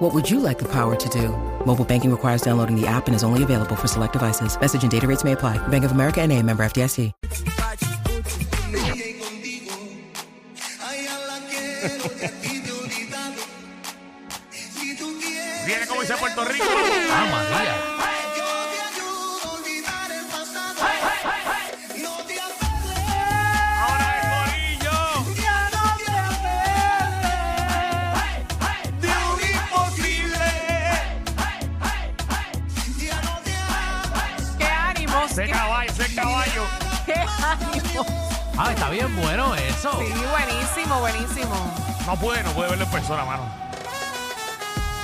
What would you like the power to do? Mobile banking requires downloading the app and is only available for select devices. Message and data rates may apply. Bank of America and a member FDIC. Iré contigo. Ay, a la quiero de aquí te olvidado. Si tú quieres, Viene como dice Puerto Rico. Ah, María. yo te ayudo a olvidar el pasado. No te afanes, Ahora es Corillo. ya no te hables de un imposible. Ya no te hables, ¡Qué ánimos! Ese caballo, ese caballo. ¡Qué ánimos! Ah, está bien bueno eso. Sí, buenísimo, buenísimo. No puede, no puede verlo en persona, mano.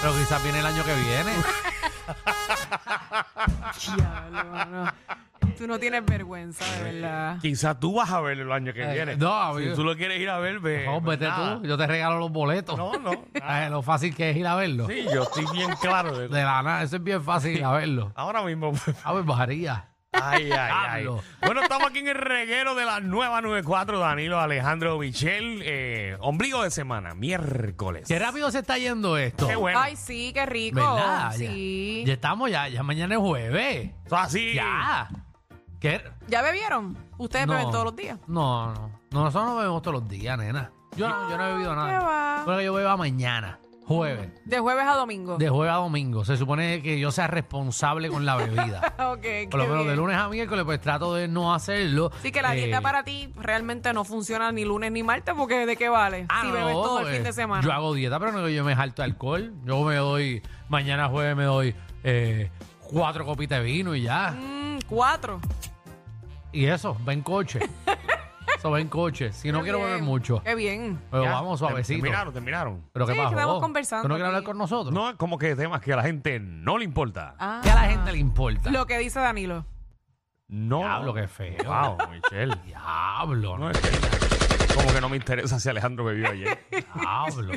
Pero quizás viene el año que viene. Diablo, mano. Tú no tienes vergüenza, de verdad. Quizás tú vas a verlo el año que Eh, viene. no, si amigo. tú lo quieres ir a ver, ve. No, pues vete nada. tú. Yo te regalo los boletos. No, no. Eh, Lo fácil que es ir a verlo. Sí, yo estoy bien claro de De la nada. Eso es bien fácil ir a verlo. Ah, Ahora mismo. pues, A ver, María. Ay, ay, ay. Diablo. Bueno, estamos aquí en el reguero de la nueva 94, Danilo Alejandro Michel. Eh, ombligo de semana, miércoles. Qué rápido se está yendo esto. Qué bueno. Ay, sí, qué rico. ¿Verdad? Ya- Sí. Ya, estamos ya. Ya mañana es jueves. Eso así. Ya. ¿Qué? ¿Ya bebieron? ¿Ustedes No. beben Eh, todos los días? No, no. No, Nosotros no bebemos todos los días, nena. Yo no, yo no he bebido ¿Qué nada. va? Bueno, yo beba mañana, jueves, De jueves a domingo. de jueves a domingo. Se supone que yo sea responsable con la bebida. Ok, qué Por lo menos de bien. lunes a miércoles, pues trato de no hacerlo. Así que la Eh, dieta para ti realmente no funciona ni lunes ni martes porque ¿de qué vale? ah, si bebes no, todo el eh, fin de semana. Yo hago dieta, pero no yo me jalto alcohol. Yo me doy, mañana jueves me doy eh, cuatro copitas de vino y ya. Mm, cuatro. Y eso, va en coche. eso va en coche. Si no Qué quiero bien, beber mucho. Qué bien. Pero Ya, vamos te- suavecito. Terminaron, terminaron. Pero qué Sí, pasó? estamos conversando ¿Tú no quieres aquí. hablar con nosotros? No, es como que temas que a la gente no le importa. Ah, ¿Qué a la gente le importa? Lo que dice Danilo. No. Diablo, qué feo. Wow, Michelle. Diablo, No, no, es que- como que no me interesa si Alejandro bebió ayer. diablo.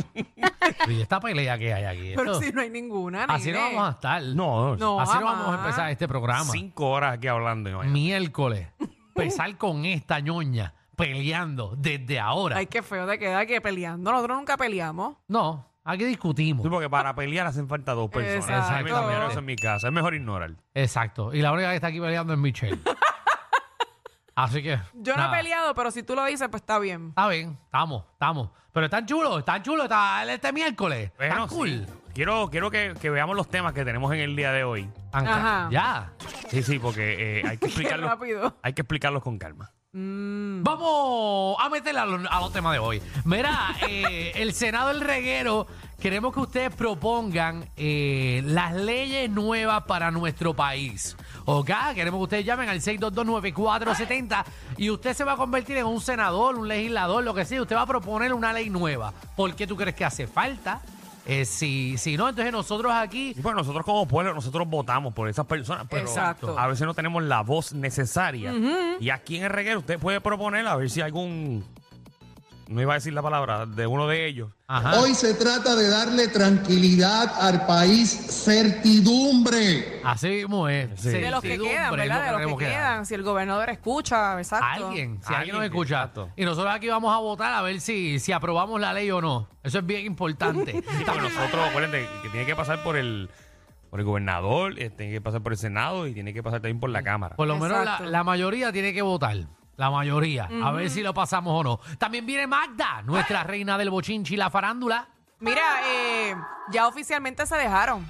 y esta pelea que hay aquí. Pero esto- si no hay ninguna. así no nene. vamos a estar. No, No. Así no vamos a jamás. empezar este programa. Cinco horas aquí hablando. ¿no? miércoles. Empezar con esta ñoña peleando desde ahora. Ay, qué feo te queda que peleando. Nosotros nunca peleamos. No, aquí discutimos. Sí, porque para pelear hacen falta dos personas. Exacto. A mí también eso en mi casa. Es mejor ignorar. Exacto. Y la única que está aquí peleando es Michelle. Así que. Yo no nada. he peleado, pero si tú lo dices, pues está bien. Está bien, estamos, estamos. Pero están chulos, están chulos. Está este miércoles. Bueno, Están cool. sí. Quiero, quiero que, que veamos los temas que tenemos en el día de hoy. Están ca- Ajá. Ya. Sí, sí, porque eh, hay que Qué explicarlos. rápido. hay que explicarlos con calma. Vamos a meterle a los, a los temas de hoy. Mira, eh, el Senado del Reguero, queremos que ustedes propongan eh, las leyes nuevas para nuestro país. ¿Ok? Queremos que ustedes llamen al 6229470 y usted se va a convertir en un senador, un legislador, lo que sea. Usted va a proponer una ley nueva. ¿Por qué tú crees que hace falta? Eh, si, si no, entonces nosotros aquí Y bueno, nosotros como pueblo, nosotros votamos por esas personas, pero Exacto. a veces no tenemos la voz necesaria. Y aquí en el reguero usted puede proponer a ver si algún... No iba a decir la palabra de uno de ellos. Ajá. Hoy se trata de darle tranquilidad al país, certidumbre. Así mismo es. Sí. De los que quedan, Certidumbre es ¿verdad? De los queremos que que hagan. quedan. Si el gobernador escucha, exacto. Alguien, si Alguien, alguien nos escucha. exacto. Y nosotros aquí vamos a votar a ver si, si aprobamos la ley o no. Eso es bien importante. Sí, porque nosotros, acuérdense, que tiene que pasar por el, por el gobernador, eh, tiene que pasar por el Senado y tiene que pasar también por la Cámara. Por lo menos la, Exacto. la mayoría tiene que votar. La mayoría. A ver si lo pasamos o no. También viene Magda, nuestra reina del bochinchi y la farándula. Mira, eh, ya oficialmente se dejaron.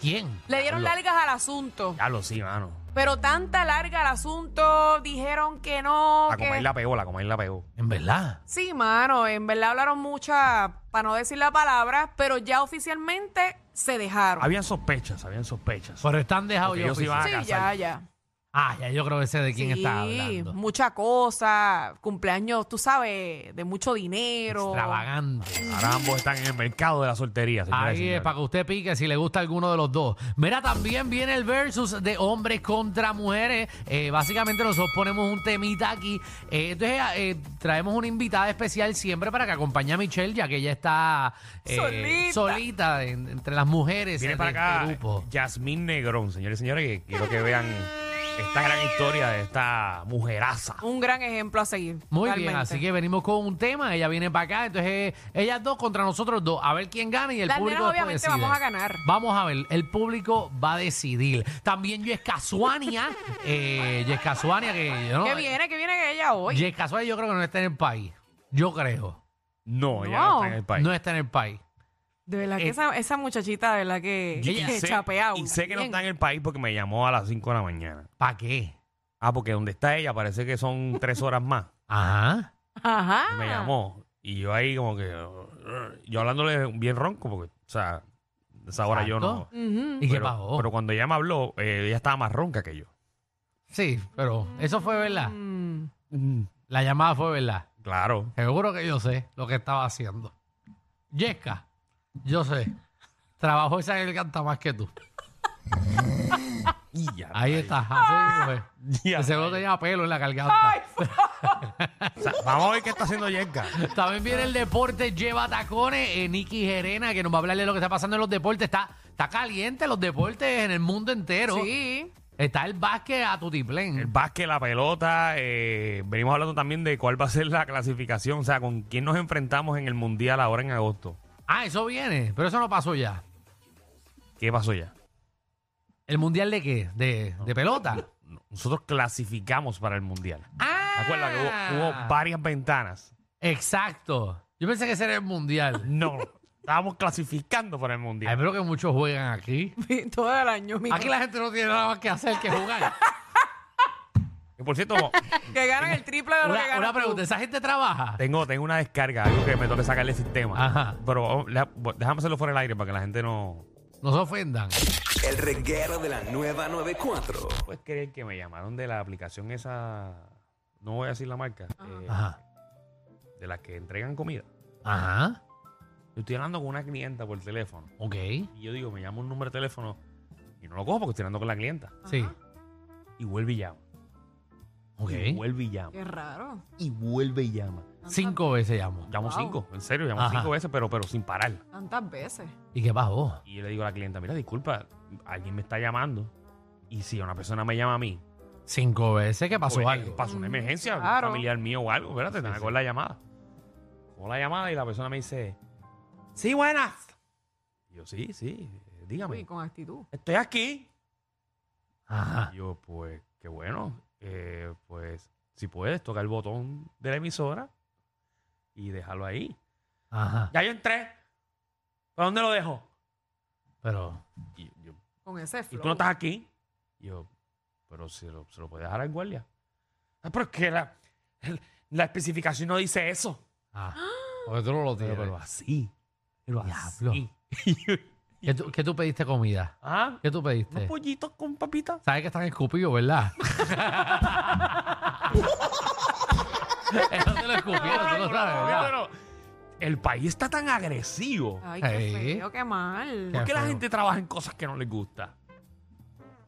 ¿Quién? Le dieron Diablo. largas al asunto. Ya lo sí, mano. Pero tanta larga al asunto, dijeron que no. La que- comer la pegó, la comer la pegó. En verdad. Sí, mano, en verdad hablaron mucha, para no decir la palabra, pero ya oficialmente se dejaron. Habían sospechas, habían sospechas. Pero están dejados Porque yo. ellos iban oficial. a Sí, casar. ya, ya. Ah, ya yo creo que sé de quién está hablando. mucha cosa, cumpleaños, tú sabes, de mucho dinero. Extravagante. Ahora ambos están en el mercado de la soltería. señoras y Ahí es, señores. para que usted pique si le gusta alguno de los dos. Mira, también viene el versus de hombres contra mujeres. Eh, básicamente nosotros ponemos un temita aquí. Eh, entonces eh, traemos una invitada especial siempre para que acompañe a Michelle, ya que ella está eh, Solita. solita en- entre las mujeres Viene de para este acá grupo. Yasmín Negrón, señores y señores, que quiero que vean esta gran historia de esta mujeraza. Un gran ejemplo a seguir. Muy bien, realmente. así que venimos con un tema, ella viene para acá, entonces eh, ellas dos contra nosotros dos, a ver quién gana y el Las público nenas, después obviamente, decide. vamos a ganar. Vamos a ver, el público va a decidir. También Yesca Suania, eh, Yesca Suania que yo no... eh, ¿Qué viene? ¿Qué viene ella hoy? Yesca Suania yo creo que no está en el país, yo creo. No, ya No. no está en el país. No está en el país. De verdad que Eh, esa, esa muchachita, de verdad que, Y, que sé, chapea y sé que no está en el país porque me llamó a las 5 de la mañana. ¿Para qué? Ah, porque donde está ella parece que son 3 horas más. Ajá. Ajá. Me llamó. Y yo ahí como que... uh, Yo hablándole bien ronco porque, o sea, a esa hora yo no... Exacto. Ujú. ¿Y qué pero- pasó? Pero cuando ella me habló, eh, ella estaba más ronca que yo. sí, pero eso fue verdad. Mm. La llamada fue verdad. Claro. Seguro que yo sé lo que estaba haciendo. Yesca, yo sé. Trabajó esa garganta más que tú. Y ya. Ahí está. Así fue. Ya. Que Seguro tenía pelo en la garganta. O sea, vamos a ver qué está haciendo Yenka. También viene el deporte Lleva Tacones. Eh, Nicky Gerena, que nos va a hablar de lo que está pasando en los deportes. Está, está caliente los deportes en el mundo entero. Sí. Está el básquet a tutiplén. El básquet, la pelota. eh, venimos hablando también de cuál va a ser la clasificación. O sea, con quién nos enfrentamos en el mundial ahora en agosto. Ah, eso viene. Pero eso no pasó ya. ¿Qué pasó ya? ¿El mundial de qué? ¿De, de pelota? Nosotros clasificamos para el mundial. Ah, Acuérdate, que hubo, hubo varias ventanas. Exacto. Yo pensé que ese era el mundial. No, estábamos clasificando para el Ay, mundial. pero que muchos juegan aquí. Todo el año, mijo. Aquí la gente no tiene nada más que hacer que jugar. Y por cierto, Que ganan el triple de lo que una, ganan una tú. pregunta, ¿esa gente trabaja? tengo, tengo una descarga, algo que me toca sacar del sistema. Ajá. Pero vamos, la- déjame hacerlo fuera del aire para que la gente no... No se ofendan. El reguero de la nueva 94. Puedes creer que me llamaron de la aplicación esa... No voy a decir la marca. eh, Ajá. de las que entregan comida. Ajá. Yo estoy hablando con una clienta por teléfono. Ok. Y yo digo, me llama un número de teléfono y no lo cojo porque estoy hablando con la clienta. Sí. Y vuelve y llama. Ok. Y vuelve y llama. Qué raro. Y vuelve y llama. Cinco veces llamo. Llamo Wow. cinco, en serio, llamo Ajá. cinco veces, pero, pero sin parar. Tantas veces. ¿Y qué pasó? Y yo le digo a la clienta, mira, disculpa, alguien me está llamando. Y si una persona me llama a mí, Cinco veces que pasó pues, algo. eh, pasó una emergencia, un Mm, claro. familiar mío o algo, espérate, te la llamada. Cojo la llamada y la persona me dice, sí, buenas. Y yo, sí, sí, eh, dígame. Uy, con actitud. Estoy aquí. Ajá. Y yo, pues, qué bueno. Eh, pues, si puedes, toca el botón de la emisora y déjalo ahí. Ajá. Ya yo entré. ¿Para dónde lo dejo? Pero. Y, yo, ¿y Con ese flow. tú no estás aquí? Y yo, pero se lo, se lo puede dejar al guardia. Ah, pero es que la, la especificación no dice eso. Ah. Porque tú no lo Pero, tienes. pero ah. así. Pero Diablo. así. ¿Qué, tú, qué tú pediste comida? ¿Ah? ¿Qué tú Unos pediste? pollitos con papitas. Sabes que están escupidos, ¿verdad? Eso te lo escupieron, tú lo sabes, ¿verdad? Pero el país está tan agresivo. Ay, qué Ey. feo, qué mal. Eh. Qué ¿Por Ah. qué la feo. gente trabaja en cosas que no les gusta?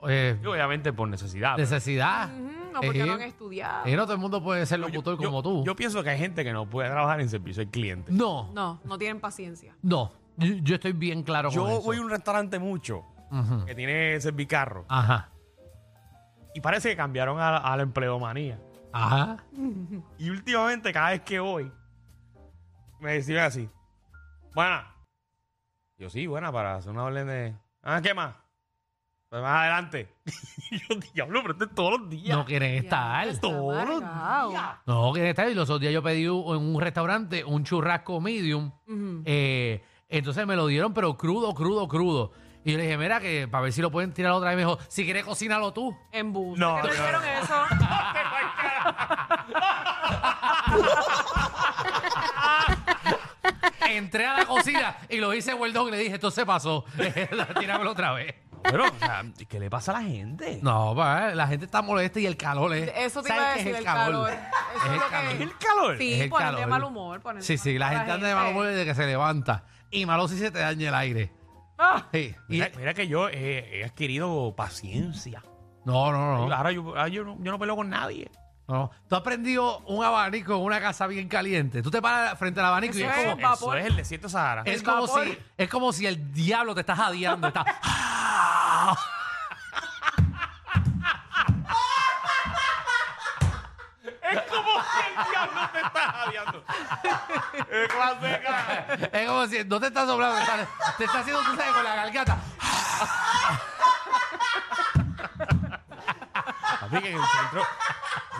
Eh, Y obviamente por necesidad. pero- necesidad. Ujú, No, porque Eh, no han estudiado. Y no todo el mundo puede ser locutor Yo- como tú. Yo pienso que hay gente que no puede trabajar en servicio al cliente. no, no. No, no tienen paciencia. Yo, yo estoy bien claro con Yo eso. voy a un restaurante mucho Ujú. que tiene servicarro Ajá. y y parece que cambiaron a, a la empleomanía. Ajá. Y últimamente cada vez que voy me decían así, buena. Yo sí, buena, para hacer una orden de... Ah, ¿qué más? Pues más adelante. Y yo, diablo, pero esto es todos los días. No quieren estar. está todos los amargado. días. No quieren estar. Y los otros días yo pedí un- en un restaurante un churrasco medium. Ujú. Eh, entonces me lo dieron, pero crudo, crudo, crudo. Y yo le dije, mira, que para ver si lo pueden tirar otra vez. mejor si quieres, cocínalo tú. Embuste. No, ¿Qué no, te hicieron no. eso? Entré a la cocina y lo hice, Weldon, y le dije, esto se pasó. Tíramelo otra vez. Pero, o sea, ¿qué le pasa a la gente? No, pa, la gente está molesta y el calor es. Eso te ¿sabes iba a qué es decir, el calor. Eso Es es el lo que- calor. ¿El calor? Sí, Es el ponerle calor. mal humor. ponerle Sí, sí, la a gente anda de mal humor desde que se levanta. Y malo si se te daña el aire. Ah, Sí. Y- Mira, mira que yo eh, he adquirido paciencia. no, no, no, Ahora yo, ahora yo no, yo no peleo con nadie. no. Tú has prendido un abanico en una casa bien caliente. Tú te paras frente al abanico y Eso es es como. vapor. Eso es el desierto de Sahara. Es El como, vapor. si, es como si el diablo te está jadeando. Está... diablo te estás jadeando? ¡Qué clase de cara! es como si no te está soplando, te está, te está haciendo, tú sabes, con la garganta. Papi, que en el centro,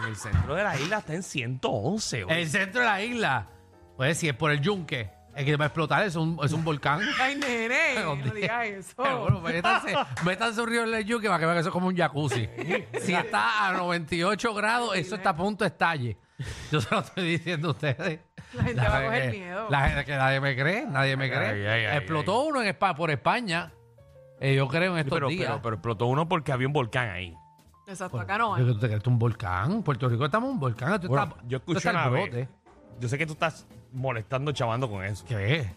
en el centro de la isla está en 111. güey. El centro de la isla. Pues si es por el yunque, es que va a explotar, es un, es un volcán. Ay, nene, ¿Dónde? no digas eso. Pero bueno, métanse, métanse un río en el yunque para que vean que eso es como un jacuzzi. Si está a 98 grados, eso está a punto de estalle. Yo se lo estoy diciendo a ustedes. La gente va a que- coger miedo. La gente que nadie me cree, nadie me cree. ay, ay, ay, Explotó uno en España, por España. eh, yo creo en estos pero, días. pero, pero explotó uno porque había un volcán ahí. Exacto, acá no Pues, eh. hay. Yo creo que tú te crees un volcán. Puerto Rico estamos en un volcán. Esto Bueno, está- yo esto escuché está una al vez. brote. Yo sé que tú estás molestando, chavando con eso. ¿Qué es?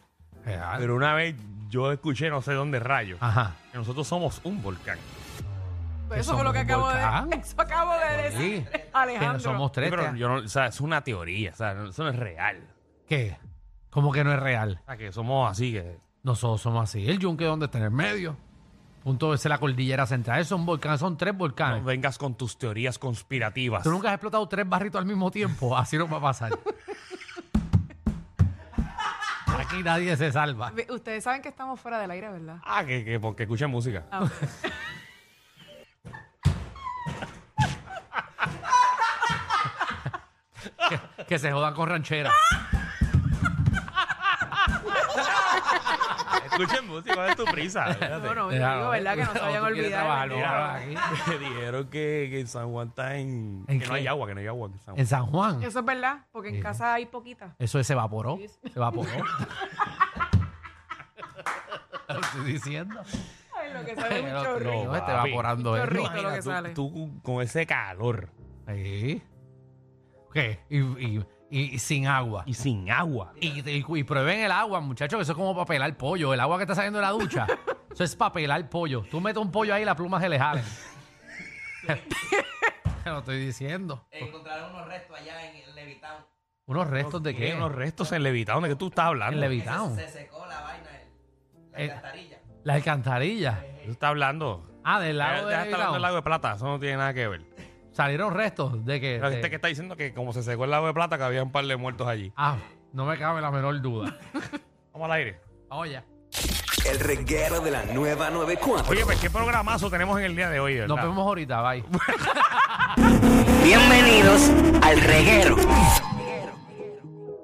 Real. Pero una vez yo escuché, no sé dónde rayo, Ajá. que nosotros somos un volcán. Pero Eso fue lo que somos acabo volcán. de Eso acabo de Sí. decir, Que no Alejandro. somos Sí, tres. pero te- yo no, o sea, es una teoría, o sea, no- eso no es real. ¿Qué? Como que no es real. O sea, que somos así, que Nosotros somos así. El yunque, ¿dónde está? En el medio. Punto de ser la cordillera central. Esos son volcanes, son tres volcanes. no vengas con tus teorías conspirativas. Ah. Tú nunca has explotado tres barritos al mismo tiempo. Así no va a pasar. Aquí nadie se salva. Ve- Ustedes saben que estamos fuera del aire, ¿verdad? Ah, que, que porque escuché música. Ah, ok. Que se jodan con ranchera. Ah, Escuchen música, ¿cuál es tu prisa? No, no, yo Déjalo, digo, ¿verdad? Que no se o vayan a tú quieres olvidar. trabajarlo. ¿verdad? Me dijeron que, que en San Juan está en... ¿En que no qué? hay agua, que no hay agua. en San Juan. En San Juan. Eso es verdad, porque en casa hay poquita. Eso se evaporó. Se evaporó. Lo estoy diciendo. Ay, lo que sale es Pero un chorrito. no, está papi. evaporando Un eso. chorrito. Imagina, lo que tú- sale. tú con ese calor Sí. ¿Qué? Y, y- y- y sin agua. y sin agua. Y, y- y prueben el agua, muchachos, que eso es como para pelar pollo. El agua que está saliendo de la ducha, eso es para pelar pollo. Tú metes un pollo ahí y las plumas se le jalen. Te lo estoy diciendo. encontraron unos restos allá en Levitown. ¿Unos restos de qué? Tiene unos restos en Levitown, ¿de qué tú estás hablando? En Levitown. Se secó la vaina, el- la Eh. alcantarilla. Las alcantarillas. Tú estás hablando. Ah, del lago Deja de deja estar hablando del Levitown. lago de plata, eso no tiene nada que ver. Salieron restos de que... Pero de- gente que está diciendo que como se secó el lago de plata, que había un par de muertos allí. Ah, no me cabe la menor duda. Vamos al aire. Oye, El reguero de la nueva 94. Oye, pues qué programazo tenemos en el día de hoy, ¿verdad? nos vemos ahorita, bye. Bienvenidos al reguero.